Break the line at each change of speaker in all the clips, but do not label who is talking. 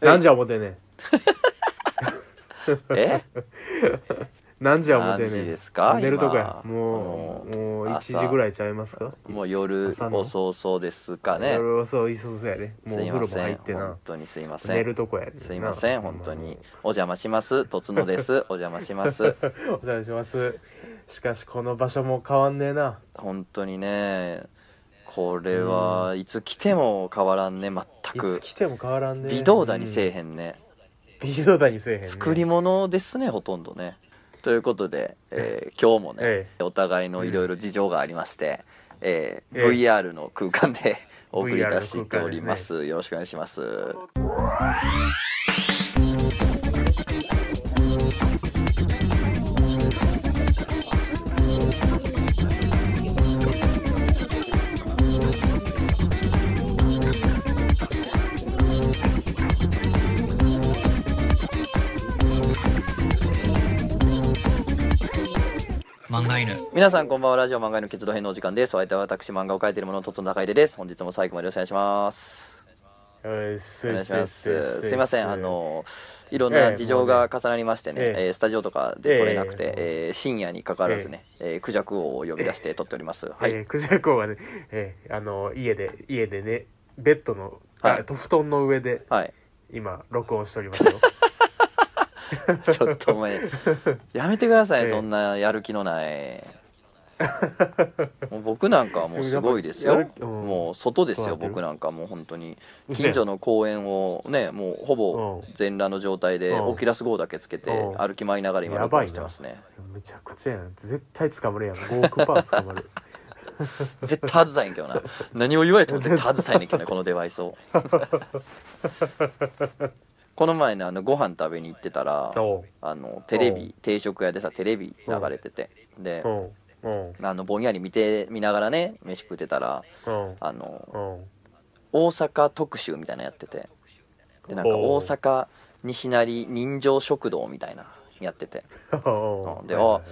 なんじゃ思てんねん
え
なんじゃ思
何
てん
時
ね
で
ん
すか
寝るとこ
今
やもう
うん
もう
朝
1時ぐらいちゃいますか
もう夜
朝の
遅そうですかね
俺はそういそうそうやねもうお
す
風
い
呂
ま
も
せ
入
ん
ってな
本当にすいませ
寝
ん
るとこやね
すいません
な
本当にお邪魔しますとつのです お邪魔します
お邪魔しますしかしこの場所も変わんねえな
本当にねこれはいつ来ても変わらんね
い
全
つ
く
来ても変わらんね
微動だにせ
ん、
えへんね
微動だにせえへん、ね、
作り物ですねほとんどねということで、え ー今日もね、
え
お互いのいろいろ事情がありまして、えー
ええ
VR の空間で お送り出しておりま
VR
すよろしくお願いします
漫画犬
皆さんこんばんはラジオ漫画への結動編のお時間ですお相手は私漫画を描いている者のとつの中井出です本日も最後までよろしくお願いします
ええす
お願いしますすいませんあのいろん
え
な
え
事情が重なりましてね、
ええ
えースタジオとかで撮れなくて
え、
えー深夜にかかわらずね、えー、クジャク王を呼び出して撮っております、は
はいい、えー、クジャク王がね、えーあの家で家でねベッドの、
はい
あと布団の上で
はい
今録音しておりますよ
ちょっとお前やめてください、
ええ
そんなやる気のない。もう僕なんかはもうすごいで す
や
よ
る。うん
もう外です
どうな
よ
ってる
僕なんかもう本当に
嘘や
近所の公園をねもうほぼ
うん
全裸の状態で
うん
オキュラス号だけつけて
うん
歩き回りながら今
や
録
ばい
音
な
してますね。
めちゃくちゃやん絶対捕まるやん5億パー捕まる
絶対外さへんけ どな。何を言われても絶対外さへんねんけどねこのデバイスを。この前ねあのご飯食べに行ってたら
おう
あのテレ
うん
ビ定食屋でさテレビ流れててで
おうおう
あのぼんやり見て見ながらね飯食ってたら
おう
あの
おう
大阪特集みたいなのやっててでなんか
おう
大阪西成人情食堂みたいなのやってて
おう
で
はいはいはい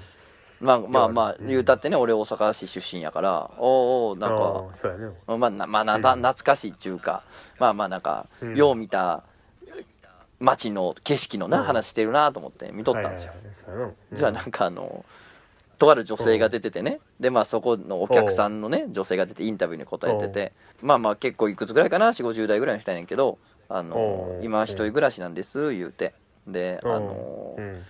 まあまあまあ
うん
言うたってね俺大阪市出身やからおうおうなん
お
か
うそうやね
まあなまあなな
うん
懐かしいっちゅうかまあまあなんか
うん
よう見た街の景色の
う
なん話してるなと思って見とったんですよ
はいはいはいそうやなうん
じゃあなんかあのとある女性が出ててねでまあそこのお客さんのね女性が出てインタビューに答えててまあまあ結構いくつぐらいかな4 5 0代ぐらいの人やねんけど「あの
おう
今一人暮らしなんです」言うてであ
うん
の
うん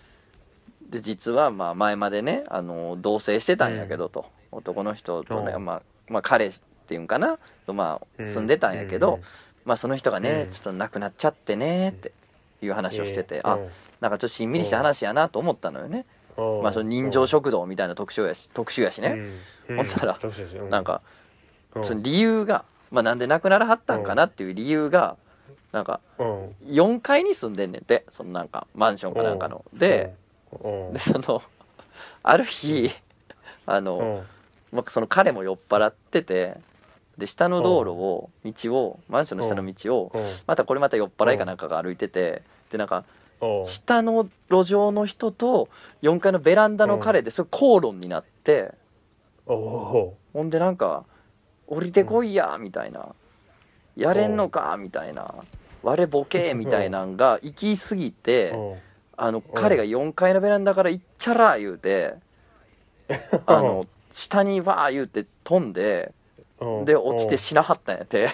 で実はまあ前までねあの同棲してたんやけどと男の人とね
おう
まあまあ彼っていうんかなとまあ住んでたんやけどまあその人がね
うん
ちょっと亡くなっちゃってねっていう
うん
話をして
え
て
え
あなんかちょっとしんみりした話やなと思ったのよね。
おう
まあ、その人情食堂みたいな特集やし特集やしね、
うん
ほんなら
どうしようどうしようう
なんか
うん
その理由が、まあ、なんで亡くならはったんかなっていう理由がなんか
うん
4階に住んでんねんてそのなんかマンションかなんかので
うんうん
でそのある日あ
う
の、
ん
まあ、その彼も酔っ払っててで下の道路を道をマンションの下の道を
うん
またこれまた酔っ払いかなんかが歩いててでなんか
おう
下の路上の人と4階のベランダの彼ですごい口論になって。
おお
ほんでなんか「降りてこいや」みたいな「やれんのか」みたいな「我ボケ」みたいなんが行き過ぎて
おう
あの彼が4階のベランダから「行っちゃら」言うてあの下にわー言うて飛んで
おう
で落ち
お
て
う
死なはったんやて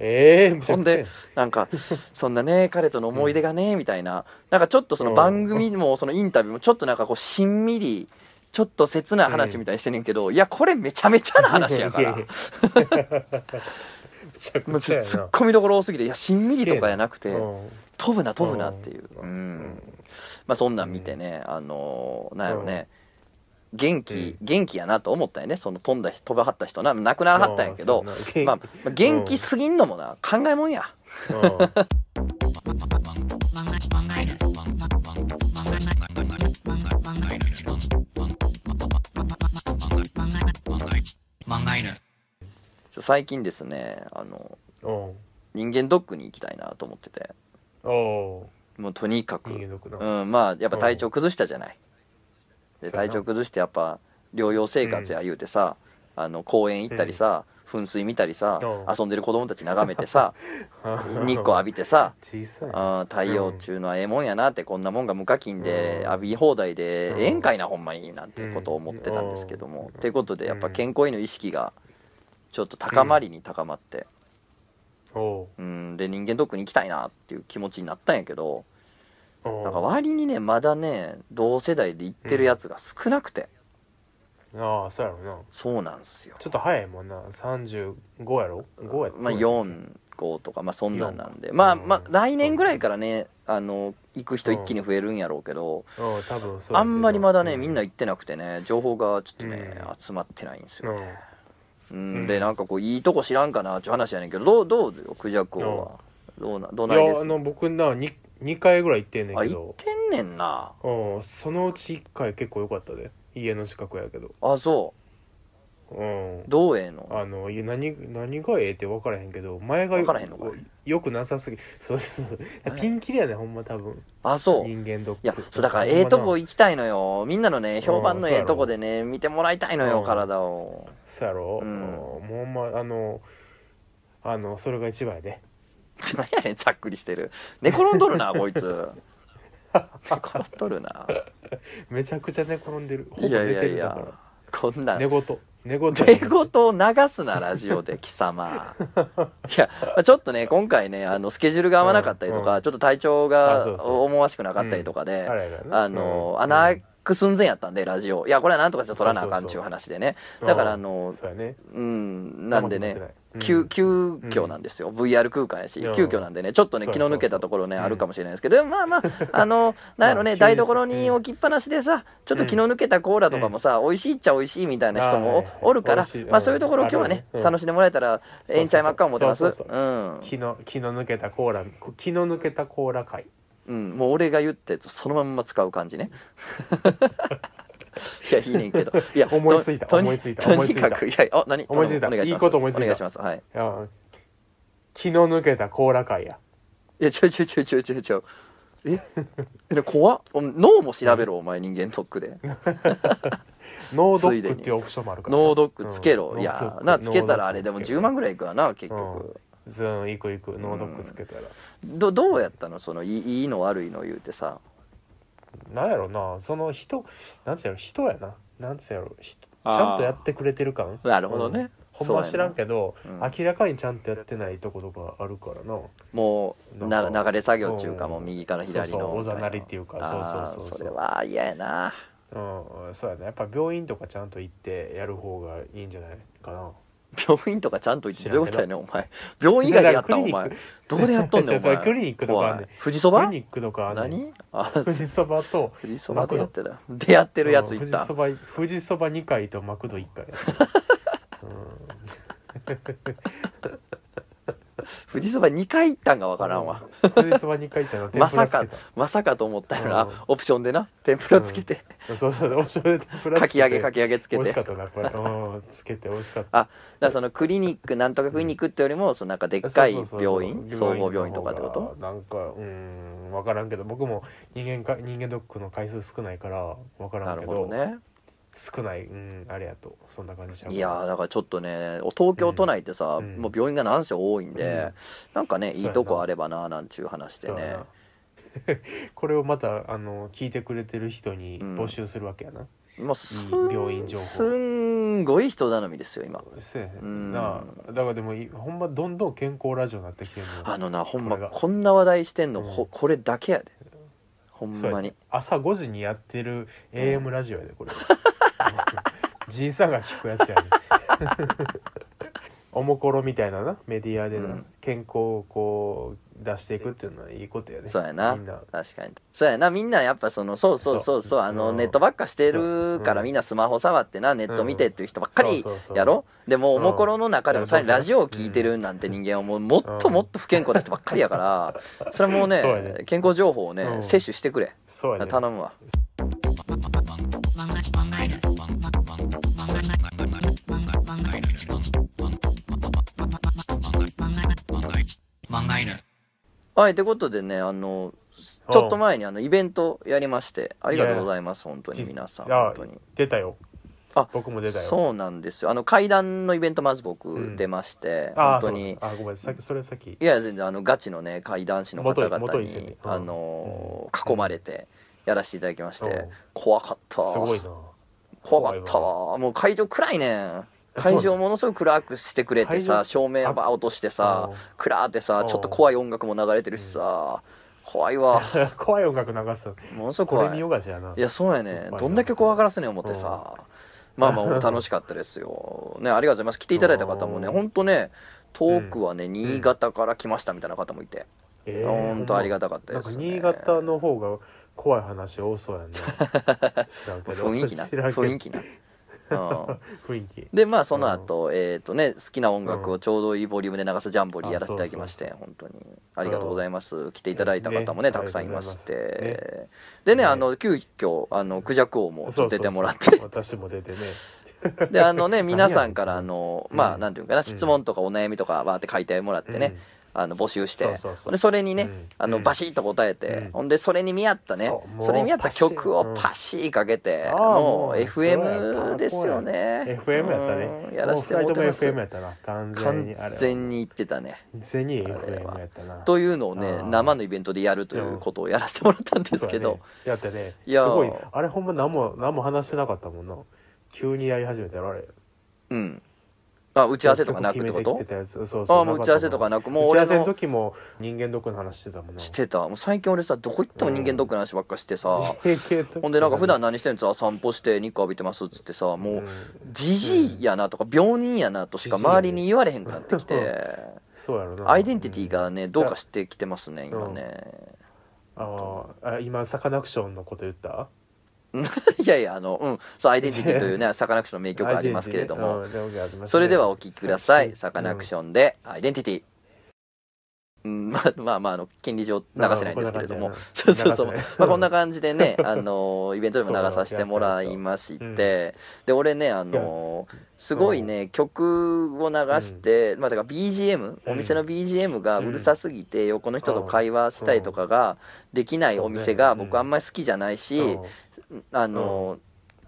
ええむちゃ
ほん
くちゃ
でなんかそんなね彼との思い出がねみたいななんかちょっとその番組もそのインタビューもちょっとなんかこうしんみりちょっと切ない話みたいにしてんねんけどいやこれめちゃめちゃな話やか ら
いい。むちゃ
も
く
う
ちゃ
ちょっ
や
とツ
な
ッコミどころ多すぎていやしんみりとかじゃなくて
うん
飛ぶな飛ぶなっていう、うんまあ、そんなん見てね、あのーなんやろね、元気、元気やなと思ったんやねその飛んだ飛ばはった人な亡くならはったんやけど、
うんそうや
まあ
な、
まあ元気すぎんのもな考えもんや
うん
漫画犬
ちょ最近ですねあの
おう
人間ドックに行きたいなと思ってて
おう
もうとにかく
人間毒 な
うん、まあやっぱ体調崩したじゃない。で
そうやな
体調崩してやっぱ療養生活や言うてさ、あの公園行ったりさ、噴水見たりさ
うん
遊んでる子供たち眺め てさ日光浴
び
びてさ
小さい
あー太陽っちゅうのはええもんやなってこんなもんが無課金で
うん
浴び放題で
うん
ええんかいなほんまになんてことを思ってたんですけども
うん
ってことでやっぱ
うん
健康への意識がちょっと高まりに高まって
おう
うんで人間ドックに行きたいなっていう気持ちになったんやけど
おう
なんか割にねまだね同世代で行ってるやつが少なくて
ああそうやろな
そうなんすよ
ちょっと早いもんな35やろ5や
まあ45とかまあそんなんなんでまあまあ
うん
来年ぐらいからねあの行く人一気に増えるんやろうけど
うん多分そうやけど
あんまりまだね、
う
みんな行ってなくてね情報がちょっとね、
うん
集まってないんです
う
よ、
ん
うん
うん
でなんかこういいとこ知らんかなっていう話やねんけどどうどうよクジャク王は、どうなどない
い
で
や
す
あの僕な 2, 2回ぐらい行ってんねん
あ
け
行っ
ど
てんねんな
うんそのうち1回結構良かったで家の近くやけど
あそ
うん
うどうええの
あのいや何何がええって分からへんけど前が
分からへんのかい
よくなさすぎそうそうそう
何や
ピンキリやねほんま多分
あそうい
人間ドック
やそうだからええとこ行きたいのよみんなのね評判のええとこでね見てもらいたいの
う
よ
ん
体を
そうやろ、
う
うんん、もうほんまあのあのそれが一番やで
何やねんざっくりしてる寝転んど るなこいつ寝転んどるな
めちゃくちゃ寝転んでるほぼ
い
寝て
やいやい
るだか
やこんな
ら
ん
寝言寝言
出言を流すなラジオで貴様いやまあちょっとね今回ねあのスケジュールが合わなかったりとか、
うんうん
ちょっと体調
あそう
が
そう
思わしくなかったりとかで、
あれやからな
あの、
うん
穴開く寸前やったんでラジオいやこれはなんとかして取らなあかん
そう
ちゅ
そううそう
話でねだからあの
そうやね
うんなんでね
黙ってない
急
うん
急遽なんですよ、VR 空間やし
うん
急遽なんでねちょっとね
そう
気
そうそ
の
う
抜けたところね
うん
あるかもしれないですけどでもまあまあ あのなんやろ
ま
ね
あ
台所に置きっぱなしでさちょっと気の抜けたコーラとかもさ美味しいっちゃ美味しいみたいな人
あー
も
はいはい
おるか
美
ら
味しいうん
まあそういうところ今日はね
あるねうん
楽しんでもらえたら
そうそう
ええんちゃいまっか思ってますう
そうそうそ
ん
気の気の抜けたコーラ気の抜けたコーラ会
うんもう俺が言ったやつそのまんま使う感じね いやいいねんけどいや
思いついた
ととに
思いついた
と
思い
に
ついた
かくいやあ何
思いついた
お願
い
します
いこと思いついた
お願いしますはい
いや気の抜けたコーラ会や
いや、ちょいちょいちょいちょいちょいちょい。 ええで怖っ。お脳も調べろ、お前、人間ドックで。
ノードックっていうオプションもあるから
脳ドックつけろ。
うん
い
ノード
や
ッ、ク
な、つけたらあれでも
ノードックつけ
10
ろ
万ぐらいいくわな、結局。
ズーン行く行くノードックつけたら、
どどうやったのそのいい、いいの悪いの言うてさ。
なんやろなその人なんつうやろ人やななんつうやろ人ちゃんとやってくれてる感
なるほどね。
うんほんま知らんけど、
そうやなうん
明らかにちゃんとやってないとことかあるからな
もう
な
なん
か
流れ作業中か
うん
もう右から左
そうそ
の
うおざなりっていうかそうそうそう
あ
そ
ー
う
それは嫌やな
うんそうやなやっぱ病院とかちゃんと行ってやる方がいいんじゃないかな
病院とかちゃんと行って
知
どう
ら
いうんこ
け
と
ど
やねんお前病院以外でやったんお
だか
前
らクリニッ
どこでやっとんね
そ
んお
う
前
そうクリニックとかあんねん
怖い富士そば
クリニックとかあんねん
何 あ
富士そばと
振りそばでやってた出会ってるやつい
うん富士
た
そば富士そば2回とマクド1回や
富士そば2回行ったんがわ
分
からんわ、
富士そば2回行ったの天
ま
ぷ
さ
らつけ
か
た
まさかと思ったよ
うん
なオプションでな天ぷらつけて、
そうそうお醤油で天ぷらつ
か
けて
き揚げかき揚げつけ
美味
て
しかったなこれうんつけて美味しかった
あだからそのクリニックなんとかクリニックってよりもそのなんかでっかい
そうそうそう
病院総合病院とかってこと
なんかうん分からんけど僕も人間か人間ドックの回数少ないから分から
な
け
んる
ど
ほどね
少ないうんあれやとそんな感じちゃう
いやーだからちょっとねお東京都内ってさ、
うん
もう病院が何せ多いんで、なんかね
そうや
い
ない
とこあればなーなんちゅう話で
そうや
ね
な これをまたあの聞いてくれてる人に
うん
募集するわけやな、
もうすん
いい病院情報
すんごい人頼みですよ今
せえへん
うん
なあだからでもいほんまどんどん健康ラジオになってきてるの
あのなほん
こ
ま
れが
こんな話題してんの、
うん
ほこれだけやでほん
そうや
ま
で
に
朝5時にやってる AM ラジオやで これじいさんが聞くやつやね おもころみたいななメディアで
う
なん健康をこう出していくっていうのはいいことやね
そうやな
みんな
確かにそうやなみんなやっぱそのそうそうそうそう
そう
あの、
うん
ネットばっかしてるから、
うん
みんなスマホ触ってなネット見てっていう人ばっかり
そうそうそう
やろでもお
うん
もころの中でも
うん
さらに
そうそう
ラジオを聞いてるなんて人間はもうもっともっと不健康な人ばっかりやから、それはもうね
そうやね
健康情報をね、
うん
摂取してくれ
そうやね
頼むわはいということでねあのちょっと前にあのイベントやりましてありがとうございます本当に皆さん
いや
本当に
出たよ
あ
僕も出たよ
そうなんですよあの階段のイベントまず僕出まして、
あー
本当
そう
に
そうあごめん先それ先
いや全然あのガチのね怪談師の方々に
元い元い先生うん
あのー囲まれてやらせていただきまして、
うん
怖かった
すごいな
怖かったわもう会場暗いねん会場ものすごく暗くしてくれて
会
さ
場
照明バー落としてさ暗ってさ
うん
ちょっと怖い音楽も流れてるしさ怖いわ
うん 怖い音楽流す
ものすごく
これ
怖
見
い
よがじやない
やそうやね
怖いな
どんだけ怖がらせねん思ってさま あまあ楽しかったですよねありがとうございます来ていただいた方もね
うん
ほんとね遠くはね新潟から来ましたみたいな方もいて
え
ほんとありが
た
たかった
なん
で
か
す
新
ね
潟の方が怖い話多そうや ね知らんけど
雰囲気な
知らんけど
雰囲気なうん
雰囲 気
でまあその後、えっ、とね好きな音楽をちょうどいいボリュームで流すジャンボリーやらせていただきまして、本当にありがとうございます、来ていただいた方もね
ね
たくさんいまし
あ
て
りがとうございま
でね
ね
あの急遽あのクジャク王もちょっと出てもらって
そうそうそう私も出 てね
であ のね
何や
皆さんからあの
うん
まあなんていうかな、
ん
質問とかお悩みとかわーって書いてもらってね、あの募集して
そうそうそう
でそれにね、
うん
あの
うん
バシッと答えて、
うん
ほんでそれに見合ったね
そうも
そうれに見合った曲をパ
パ
シーかけて、
ああ
も
も
う
う
FM ですよ
うん
ね
FM やったね
うんやらせても
もう二人
らって
とも
ます
FM やったな完全に
完
あれは
全に言ってたね
完全に
あれは
FM やったな
というのをね
あー
生のイベントでやるということをやらせてもらったんですけど、
そうやね、やってね
いやー
すごいあれほんま何も何も話してなかったもんな急にやり始めたよあれ
うんあ打ち合わせとかなくってこ
曲決めきて
と
たやつそうそう
ああもう打ち合わせとか
なか
なく
ったも
も
ん
う
打ち合
俺
わせの
の
時も人間ドックの話してたもんな
してたもう最近俺さどこ行っても人間ドックの話ばっかして さ、ほ
ほ
んでなんか普段何してんのさ散歩して日光浴びてますっつってさもうじじいやなとか病人やなとしか周りに言われへんくなってき
ジジイ
て
そうやろな
アイデンティティがねどうかしてきてますね今ね
あーあ今サカナクションのこと言った
いやいやあのうんそうアイデンティ ティというねサカナクションの名曲ありますけれども、
アイデンティティねうんでもありますね
それではお聞きください。サカナクションで、アイデンティティ。うん、まあ まあまあ、あの、権利上流せないんですけれども。 そうそうそう。まあこんな感じ でね、あの、イベントでも流させてもらいまして、
うん
で、俺ね、あの、すごいね、曲を流して、まあだから BGM、
うん
お店の BGM がうるさすぎて、横の人と会話したりとかができないお店
そ
が
うねうん
僕あんまり好きじゃないし、
うん
あの、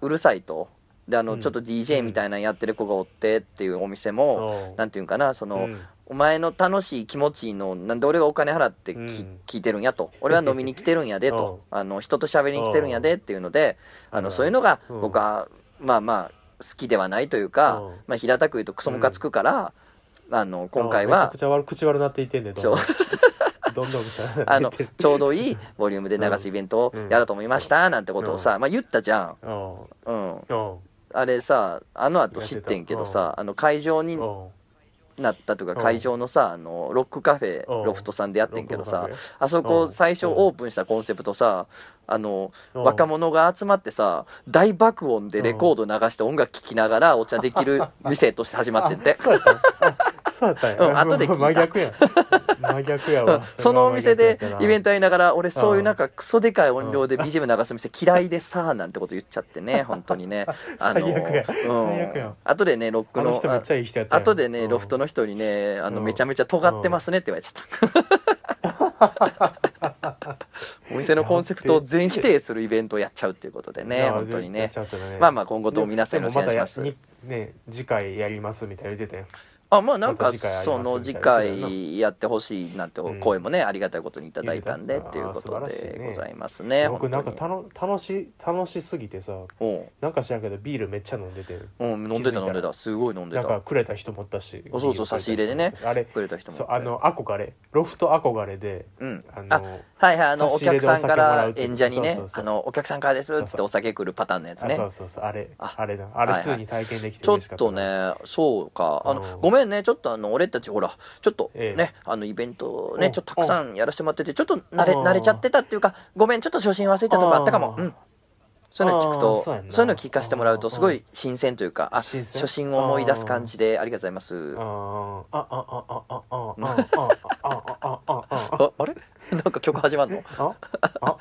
うるさいと。であの
うん
ちょっと DJ みたいなのやってる子がおってっていうお店も、
うん
なんていうんかなその、
うん
お前の楽しい気持ちいいのなんで俺がお金払ってき、
うん
聞いてるんやと俺は飲みに来てるんやでと あの人と喋りに来てるんやでっていうのであのそういうのが
うん
僕は、まあまあ好きではないというか、
うん
まあ、平たく言うとクソムカつくから、あの今回
あめちゃ
は
くちゃ悪口悪なっていってんねどんどん どんどん口悪
あ
なっ
の
ていって
ちょうどいいボリュームで流すイベントをやろうと思いましたなんてことをさ、まあ、言ったじゃ
うん
ん、うん、
うん
あれさあの後知ってんけどさあの会場に
うん
なったという
う
か
ん
会場のさあのロックカフェ
うん
ロフトさんでやってんけどさ
ロックカ
あそこ
うん
最初
うん
オープンしたコンセプトさあの
うん
若者が集まってさ大爆音でレコード流して音楽聴きながらお茶できる店として始まってん て
あそうやったあそうやったんや
うん後で聞い た
真逆や真逆やわ
そのお店でイベン
ト
トやりながら俺そういう
うん
なんかクソでかい音量で BGM 流す店嫌いでさなんてこと言っちゃってね本当にねあの
最悪や
うん
最悪や
後でねロック
あの
の
人めっちゃいい人やったやん
後でね、
うん
ロフトの人にねあの、
うん
めちゃめちゃ尖ってますねって言われちゃ った、お店のコンセプトを全否定するイベントをやっちゃうっていうことで
い
ね
や
本当に
やっ
ね
ちゃったね
まあまあ今後とも皆さんよろしくお願いします
でもたやにね次回やりますみたいな言ってたよ
あまあなん
ま
か
た次回あります
その
みたい
次
な
回やってほしいなんて
うん
声もね、ありがたいことにいただいたんで
いいね
っていうこ
あ
と
ー素晴らし
で
いね
ございますね
僕なんか
本当
たの楽し楽しすぎてさ
にうん
なんか知らんけどビールめっちゃ飲んでて
うん、飲ん
気づ
でた
いたら
飲んでたすごい飲んで
なん
た
かくれた人もおったし
あそうそ
ビールくれた人もおっ
う
たし
差し入れでね
あれ
くれた人も
そうあの憧れロフト憧れで
うん
あ
あ
の
はいはいあの
差
お
し入れ
客
で
さん
お酒
か
もら
ら
うっていう
演者に
そ
ね
うそうそう
あのお客さんからですっつっ
そう
て
そう
お酒来るパターンのやつね
あそうそうそうあれ
あ
あれだあれ
はいは
2
い
に体験できて
ちょっ
嬉しかった
と
な
ね、そうか。あの、
うん
ごめんね、ちょっとあの、俺たち、ほら、ちょっとね
え、
あの、イベント
う
ね、
ん
ちょっとたくさんやらせてもらってて、ちょっと慣れ、
うん
慣れちゃってたっていうか、ごめん、ちょっと初心忘れたとかあったかも。
う
うんん。そういうの聞く
あー
と、
そ
そうう
やんな
いうの聞かせてもらうと、すごい新鮮というか、あ、
新鮮
初心を思い出す感じで、ありがとうございます。あ
ああああああああああああああああ
あれ なんか曲始まるの
ああ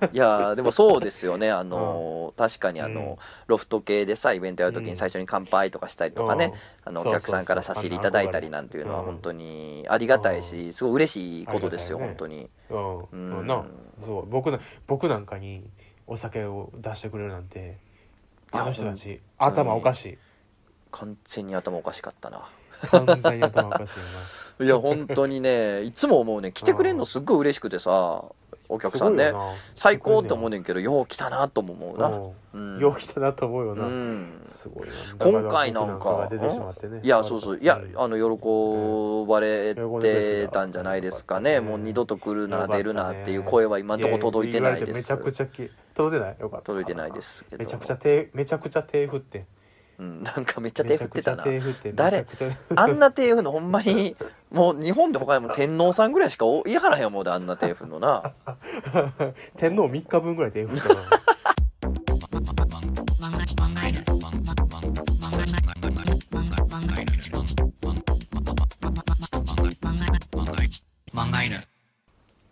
あ
いやーでもそうですよねあのー確かにあの、ロフト系でさイベントやるときに最初に乾杯とかしたりとかね、あのお
そうそう
客さんから差し入れいただいたりなんていうのは
うん
本当にありがたいしすごい嬉しいことですよ
あり
本
がた
当に
うん
う
うん
ん
なそう僕な僕なんかにお酒を出してくれるなんてあの人たち頭おかしい
完全に頭おかしかったな
完全に頭おかしいよ
いや本当に ねいつも思うね来てくれるのすっごい嬉しくてさお
な
客さんね最高って思う
ね
ねんけどよう来たなとも思うなうん
よう来たなと思うよ
う
なんすごいな
今回なんか
だら僕出てしまってね
いやそうそういやあの喜ばれてたんじゃないですかね、
うん
もう二度と来るな
よかったね
出るなっていう声は今んとこ届いてないで
や
す
めちゃくちゃき届いてないよかった
届いてないですけど
めちゃくちゃ手めちゃくちゃ手振って
うん、なんかめっちゃ手振ってたな
めちゃくちゃ手振って
誰
めちゃくちゃ
あんな手振るのほんまにもう日本で他にも天皇さんぐらいしかお言いはらへん思うであんな手振る のな
天皇三日分ぐらい手振ったから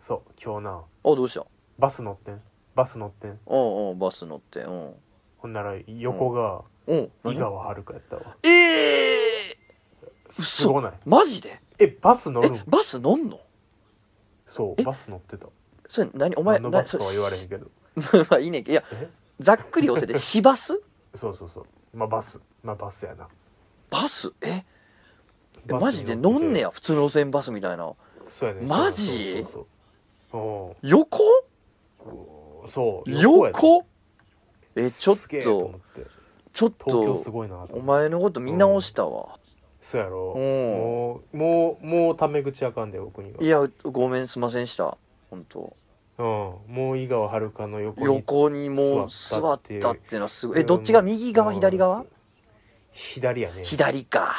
そう今日な
おどうした
バス乗ってんバス乗ってん
うんうんバス乗ってうん
ほんなら横が
うん
井
何
川遥やったわ
ええ嘘
すごない
マジで
えバス乗る
え
ん
バス乗んの
そう
え
バス乗ってた
それ何お
お
前
何のバス
な
か
そ
は言われへんけど
まあいいねんけどいや
え
ざっくり寄せ て市バス
そうそうそうまあバスまあバスやな
バスええ
バス
マジで
乗
乗
ってて
んねや普通の路線バスみたいな
そうやね
マ
そう
ジ
そうそうお
横
うそうやね
横えちょっ
すげえ思
と
って
ちょっ
東京す
と
ごいなと思
お
って
前のこと見直したわ、
そうやろ
うん
もうもうもうタメ口あかんで僕にはい
やごめんすいませんでした本当
うんもう井川遥の横に
横にもう座
座
っ
って
たっていうのはすごいえどっちが右側
うん
左側
左やね
左か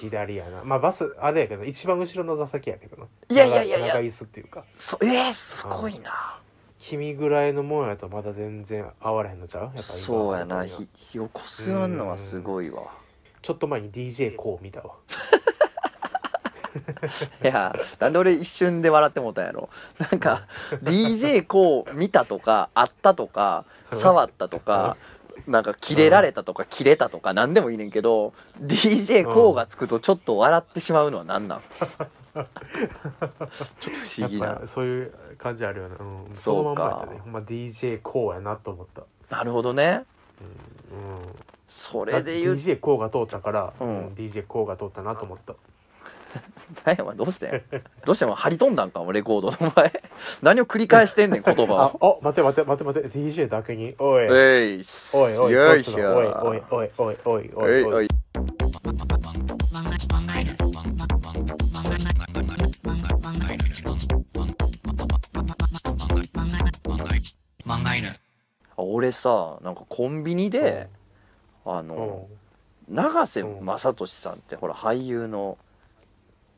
左やなまあバスあれやけど一番後ろの座席やけどない
やいやいやいや
長長椅子っていうか
そえー、すごいな
君ぐらいのもんやとまだ全然合われへんのちゃうやっぱ今
そうやな
本当に
ひ横座んのはすごいわ
ちょっと前に DJ こう見たわ
いやなんで俺一瞬で笑ってもうたんやろなんか DJ こう見たとかあったとか触ったとかなんかキレられたとかキレたとか何でもいいねんけど DJ こうがつくとちょっと笑ってしまうのは 何なんちょっと不
や
思
っ
議な
ぱそういう感じあるよね、うん、その
そ
ま
うんか
まやったねほんま DJ こうやなと思った、
なるほどね
うんうん、
そ
だ
れ
っ
で
て
言う
DJ こうが通ったから、
う
うんん、DJ こうが通ったなと思った
何やお前どうしてどうしても張り飛んだんかもレコードのお前何を繰り返してんねん言葉
あ
を
あ待て待て待て待て DJ だけにおいおい
えいっす
おいおい
よい
通
し
す
ょ
なおいおいおいおいおいおいおい
おいあ俺さなんかコンビニで、あの、永瀬正俊さんってほら俳優の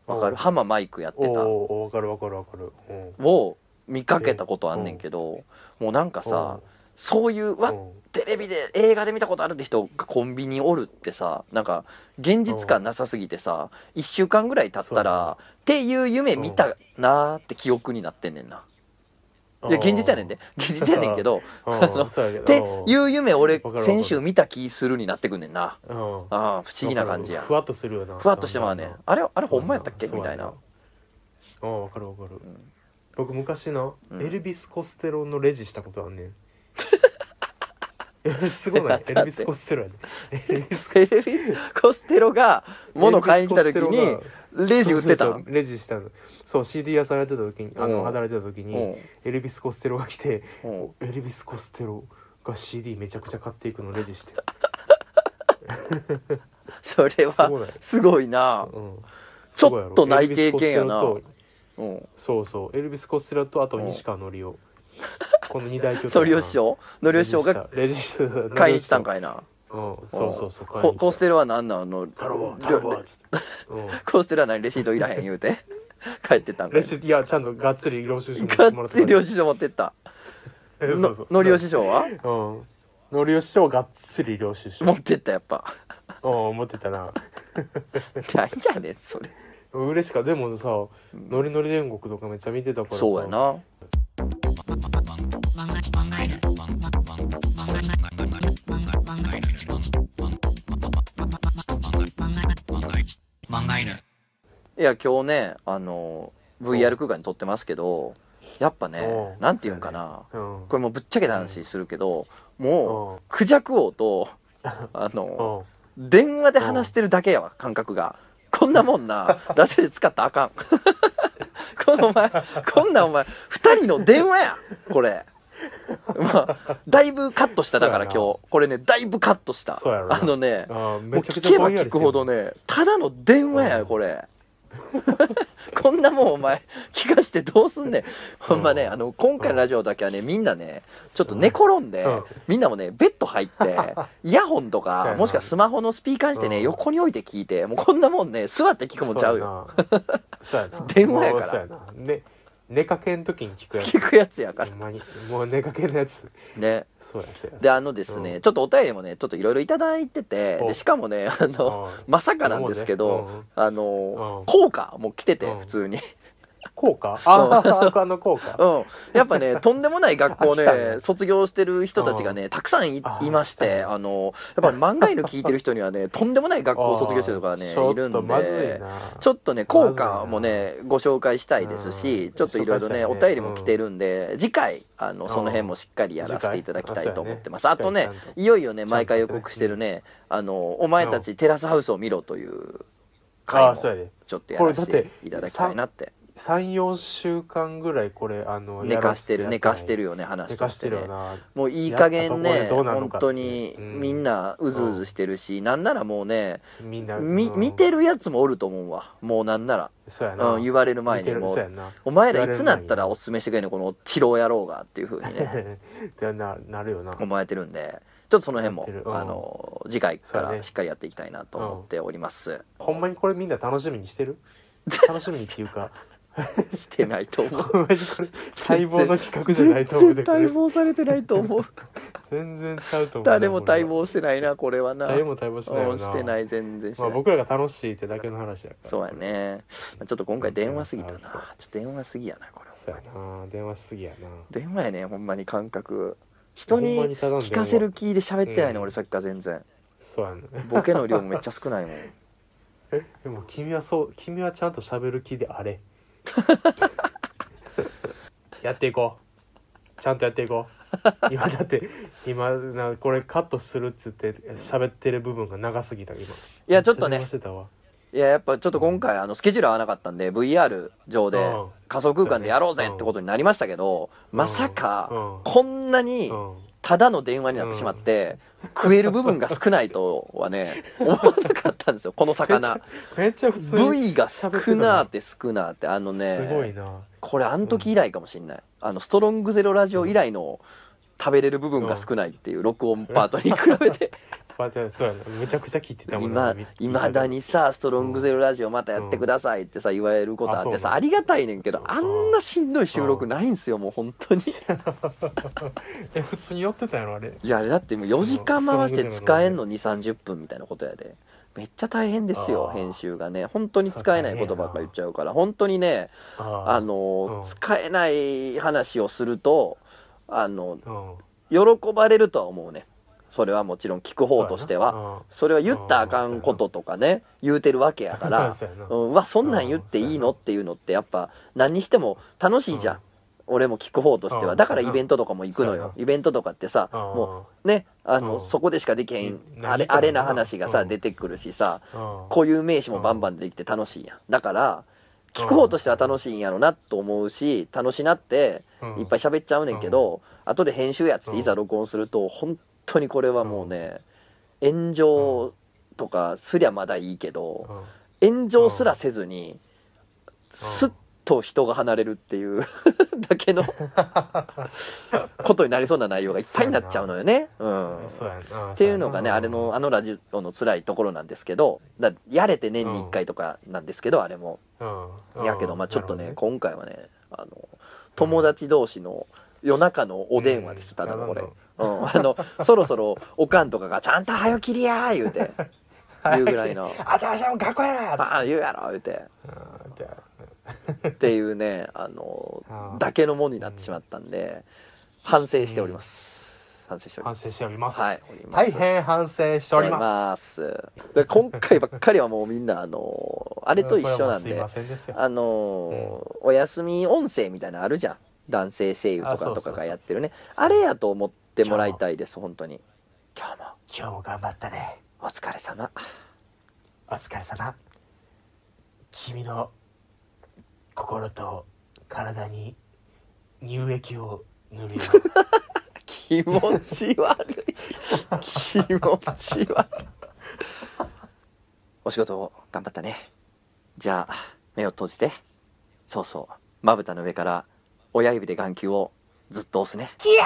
わかる
は
浜マイクやっ
お
てた
おお分かる分かる分かるうん
を見かけたことあんねんけどもうなんかさそういう
うん
わテレビで映画で見たことあるって人がコンビニおるってさなんか現実感なさすぎてさ1週間ぐらい経ったらっていう夢見たなーって記憶になってんねんな。
うん
いや現実やねんで現実やねんけど
うん
の
そうやけ
って
ど
いう夢俺
わかるわかる
先週見た気するになってくんねんな
うん不
ああ不思議な感じや
ふわっとするよな
ふわっとしてまうねあれあれほんまやったっけみたいな
あ分かる分かる
うん
僕昔の
うん
エルビス・コステロのレジしたことあんね んえすごないエルビス・コステロやねエルビス・
エルビス・コステロ が物買いに来た時
エルビス
に
コステロが
レジ売ってた
そうそうそうレジしたのそう CD 屋さんやってた時にあ
うん
の働いてた時に
う
エルビス・コステロが来て
んうん
おエルビス・コステロが CD めちゃくちゃ買っていくのレジして
それ
す
は
ごない
すごいな
うん
ちょっとない経験やな
エルビスコステロと
うん
そうそうエルビス・コステロとあと西川のり おこの二大巨頭
のりお師匠のりお師匠が
レジしたレジした
買いに来たんかいな
うんそうそうそう買いに来
こ
た
コステロは何なの
タロボ
り
タロボつってうん
コステロは何レシートいらへん言うて 帰ってたん か
レ
い
シいやちゃんとがっつり領収書も
がっつり領
収
収書持ってった
書そうそう
のりお師匠は
うんのりお師匠がっつり領収書
持ってったやっ ぱ
うん持ってたな
何やねんそれ
嬉しかったでもさノリノリ煉獄とかめっちゃ見てたからさ
そうやないや今日ねあの VR 空間に撮ってますけど、やっぱね
うん
なんていうんかな
うん
これもうぶっちゃけた話するけどもう
うん
クジャク王とあの電話で話してるだけやわ感覚がこんなもん なラジオで使ったらあかん このお前こんなんお前2人の電話やこれまあだいぶカットしただから
そうやな
今日これねだいぶカットした
そうやろな
あのね
うんうん
もう
めちゃく
聞
ち
け
ゃぼ
ば
んやりし
聞
て
く
る
ほどねただの電話や
うん
これ こんなもんお前聞かしてどうすんねんほんまね
うん
あの今回のラジオだけはねみんなねちょっと寝転んで
うん
みんなもねベッド入って イヤホンと
そうや
か
な
もしくはスマホのスピーカーにしてね
うん
横に置いて聞いてもうこんなもんね座って聞くもんちゃうよ
そうやなそうやな
電話やから
もうそうやなね寝かけん時に聞くや
聞くやつやか
つ
ら
ほんまにもう寝かけるやつ
ね
そうやそうや
であのですね
うん
ちょっとお便りもねちょっといろいろいただいてて
お
でしかもねあの
うん
まさかなんですけど
もうね
あ
うん
の
うん
効果も来てて
うん
普通に
効果あああの効果
うん、やっ ぱねとんでもない学校
あ来た
ね
ね
卒業してる人たちがねたくさんい
あ
いまし
来た
て
ね
あのやっぱ漫画犬聞いてる人には ねとんでもない学校を卒業してる人がね
あー
いるん
ちょっとまずい
で
な
ちょっとね効果もねご紹介したいですし
うん
ちょっといろいろね
紹
お
介したいね
便りも来てるんで次回あのその辺もしっかりやらせていただきたいと思ってますあとねいよいよね
ちゃんと
毎回予告してるねあの「お前たちテラスハウスを見ろ」という
あ
回
あ
も
ーそうやで
ちょっとやらせていただきたいなって
34週間ぐらいこれあの
寝かしてる寝かして
る
るよね話
寝
と
かし
し
てて
ね
るよな
もういい加減
や
ね
ったところでどうなの
本
かって
当に
うん
みんなうずうずしてるし、なんならもうね、
みんな
み
うん
見てるやつもおると思うわもうなんなら、
そうやな
うん、言われる前
見て
に
る
も
そうや
うん
な
お前らいつな
言われ
った
る前
ら
に
おすすめしてくれんのこの治療野郎がっていうふうに ね
ってななるよな
思われてるんでちょっとその辺も
やってる、うん
あの次回か
そうや
ら
ね
しっかりやっていきたいなと思っております、
ほんまにこれみんな楽しみにして る楽しみにっていうか
してないと思う
ほんまにこれ待望の企画じゃないと思うで
全然待望されてないと 思う
全然ちゃうと思うな
誰も
これ
待望してないなこれはな
誰も待望してないよ
うん
な
してない全然して
まあ
ない、
僕らが楽しいってだけの話やから
そうやね。まあちょっと今回電話すぎた
う
な。
ん
ちょっと電話すぎやな、これ。
そうやな電話しすぎやな
電話やね、ほんまに感覚。人に
ほんまただの電
聞
話
かせる気で喋ってない
う
の、
ん
俺さっきから全然。
そうやな
ボケの量もめっちゃ少ないも ん。
え でも君はそう君はちゃんと喋る気であれ やっていこうちゃんとやっていこう今だって今なこれカットするっつって喋ってる部分が長すぎた今い
いや、ちょっとね
し、てたわ
いや、やっぱちょっと今回、あの、スケジュール合わなかったんで、VR 上で
うん
仮想空間でやろうぜってことになりましたけど、まさ
う
か、
ん
こんなに
うん
ただの電話になってしまって、食える部分が少ないとはね、思わなかったんですよ、この 魚。
めっちゃ普通に
V が少なーって少なーって、あのね、
すごいな
これあの時以来かもしんない、あのストロングゼロラジオ以来の食べれる部分が少ないっていう録音パートに比べて
まあそうやなめちゃくちゃ聞いてたもん
今
ない
まだにさ「ストロングゼロラジオまたやってください」ってさ言われることあっ
うんあそ
て
うな
さ
の
ありがたいねんけどあんなしんどい収録ないんすよもう本当に
え普通に寄ってたやろあれ
いやだってもう4時間回して使えんの2 3 0分みたいなことやでめっちゃ大変ですよ
あー
編集がね本当に使えないことばっか言っちゃうから本当にねあ
あ
の
うん
使えない話をするとあの
の
喜ばれるとは思うねそれはもちろん聞く方としては
は
それは言ったらあかんこととかね言うてるわけやから
そうやな
うんうわそんなん言っていいのっていうのってやっぱ何にしても楽しいじゃん俺も聞く方として
う
は
ん
だからイベントとかも行く
そ
の
うや
よ
な
イベントとかってさ
うん
もうねあ
う
の
ん
そこでしかできへん
うん
あれ
何か
あ
な
れな話がさ
うん
出てくるしさ
うん
固有名詞もバンバンできて楽しいやんだから聞く方としては楽しいんやろなと思うし楽しなって
うん
いっぱい喋っちゃうねんけど、後で編集やっつっていざ録音すると、本当にこれはもうね、炎上とかすりゃまだいいけど、
うん
炎上すらせずに、スッと人が離れるっていう だけのことになりそうな内容がいっぱいになっちゃうのよね。うん、
そうやな
っていうのがね、あれの、あのラジオの辛いところなんですけど、だやれて年に1回とかなんですけど、あれも。
うん
やけどまあちょっとね
なるほ
今回はねあの友達同士の夜中の
ど
お
ね
電話ですただのこれ
うん、
うん、あのそろそろおかんとかが「ちゃんと早起きりや!」言うて言うぐらいの
あたしはもう学校や
「
な
あ
っ
あ言うやろ」言うて
つって
っていうねあの
あー
だけのもんになってしまったんで反省しております反省しておりま
反
す
省しております、
はいおります
大変反省しております
すで今回ばっかりはもうみんなあのあ
あ
れと一緒なん
す
で
いませんですよ
あのーお休み音声みたいなのあるじゃん男性声優と
あそうそ
か
うそ
と
う
かがやってるねあれやと思ってもらいたいです本当に今日も
今日も頑張ったね
お疲れ様
お疲れ様君の心と体に乳液を塗るよ
気持ち 悪い気持ち悪いお仕事頑張ったねじゃあ目を閉じてそうそうまぶたの上から親指で眼球をずっと押すねキヤ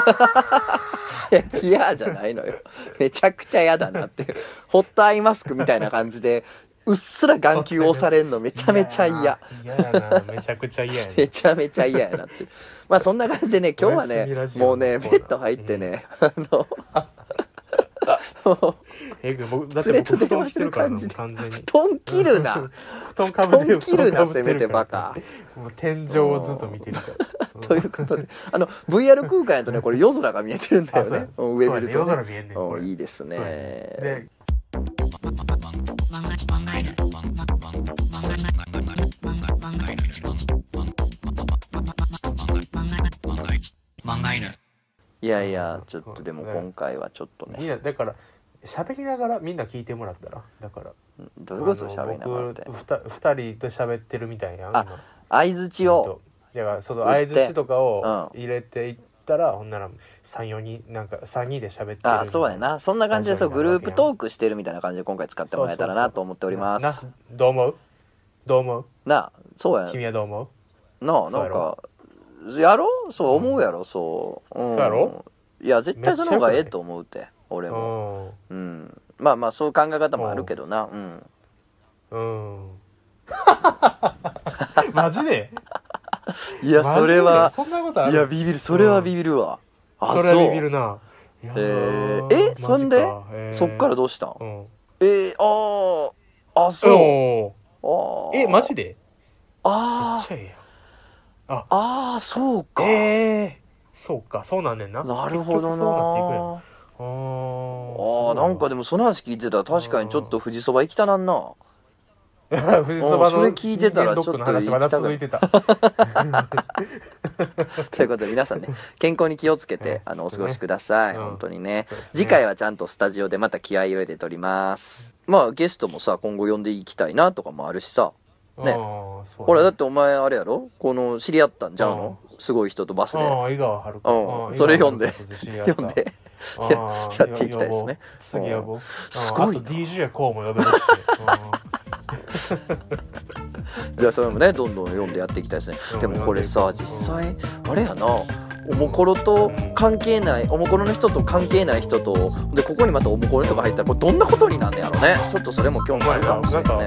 ーいやキヤーじゃないのよめちゃくちゃ嫌だなってホットアイマスクみたいな感じでうっすら眼球押されんのめちゃめちゃ嫌
嫌やなめちゃくちゃ嫌や
め
ね
ちゃめちゃ嫌やなって。まあそんな感じでね、今日は
おやすみ
ね
ラ、ジオ
もうね、ベッド入ってね、あの、も
えぐ僕だ
う
って
連れ
僕布
と電
団
話
し
して
て
る
るからな
感
も
じ
う
で。
完全に
布団切るな。
布団かぶってる
布団切るな
布団被ってるから
せめてバカ
もう天井をずっと見てるから
ということで、あの、VR 空間やとね、これ夜空が見えてるんだ
あ
よ
そうや
ね。う
そ
ん
う
上
や
見
ね
ると
夜空
ね。
見えんねんこ
う
れ
んいいです
そうや
ね。
で
いやいや、ちょっとでも
ね
今回はちょっと
み
ね、
んなだから喋りながらみんな聞いてもらったらだから
どういうこと喋りながらって
あの。僕ふた二人と喋ってるみたいやん
あ
今
相づちを、
だからその
打っ
相
て
づちとかを入れていったら、ほんなら34人なんか3人で喋ってる
ああ、そうやな。そんな感じで、そう、グループトークしてるみたいな感じで今回使ってもらえたらなと思っております。
などう思うどう思う
なあそうや
君はどう思う
なあ
そう
な
や
ん
ろ
かやろそう思うやろそう、うん
そうやろ
いや絶対その方がえ
め
え
っちゃよくない
と思うて俺も
う
うんまあまあそういう考え方もあるけどなうん
んうん マジで
いや
マジで
それは
そんなことあ
い
る
やビビるそれはビビるわ、あ
それはビビるなえ
えーえそんでそうそっからどうしたん
うん
えー、あーあそう
そ
あ
うえマジでめっ
あ
ち
ー
ゃええやん
あーそうか、
ええそうかそうなんねんな
なるほど
結局そ
な
うなっていくやん
あ
あー
ーなんかでもその話聞いてたら確かにちょっと富士そば行きたな んな
も富士そば
うんそ
の
れ聞いてたら
人間ドックの
ち
話
ょっと行きたく
まだ続いてた
ということで皆さんね健康に気をつけて
ね
あのお過
そうね
ごしください、
うん
本当にね
そうですね
次回はちゃんとスタジオでまた気合い入れて撮りますまあゲストもさ今後呼んでいきたいなとかもあるしさね
あーそう
ほらだっ
ね
てお前あれやろこの知り合ったんちゃうのすごい人とバスで
ああ井川春子
うん
あー
それ読んで
井川春子と知り合った
呼んで
あ
や
ー
っていきたいですね
呼ぼう次呼ぼう
すごいな
あーあと DJ やこうも呼べるし
じゃあそれもねどんどん読んでやっていきたいですね
うん
でもこれさ
読んで
実
いこう
際あれやなおもころと関係ないおもころの人と関係ない人とでここにまたおもころの人が入ったらこれどんなことになんねやろねちょっとそれも興味あるかもしれないね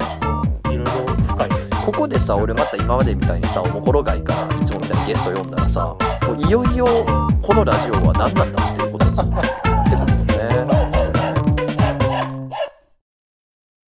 うんいろいろ深いね
ここでさ俺また今までみたいにさおもころがいからいつもみたいにゲスト呼んだらさもういよいよこのラジオは何なんだっていうことですよね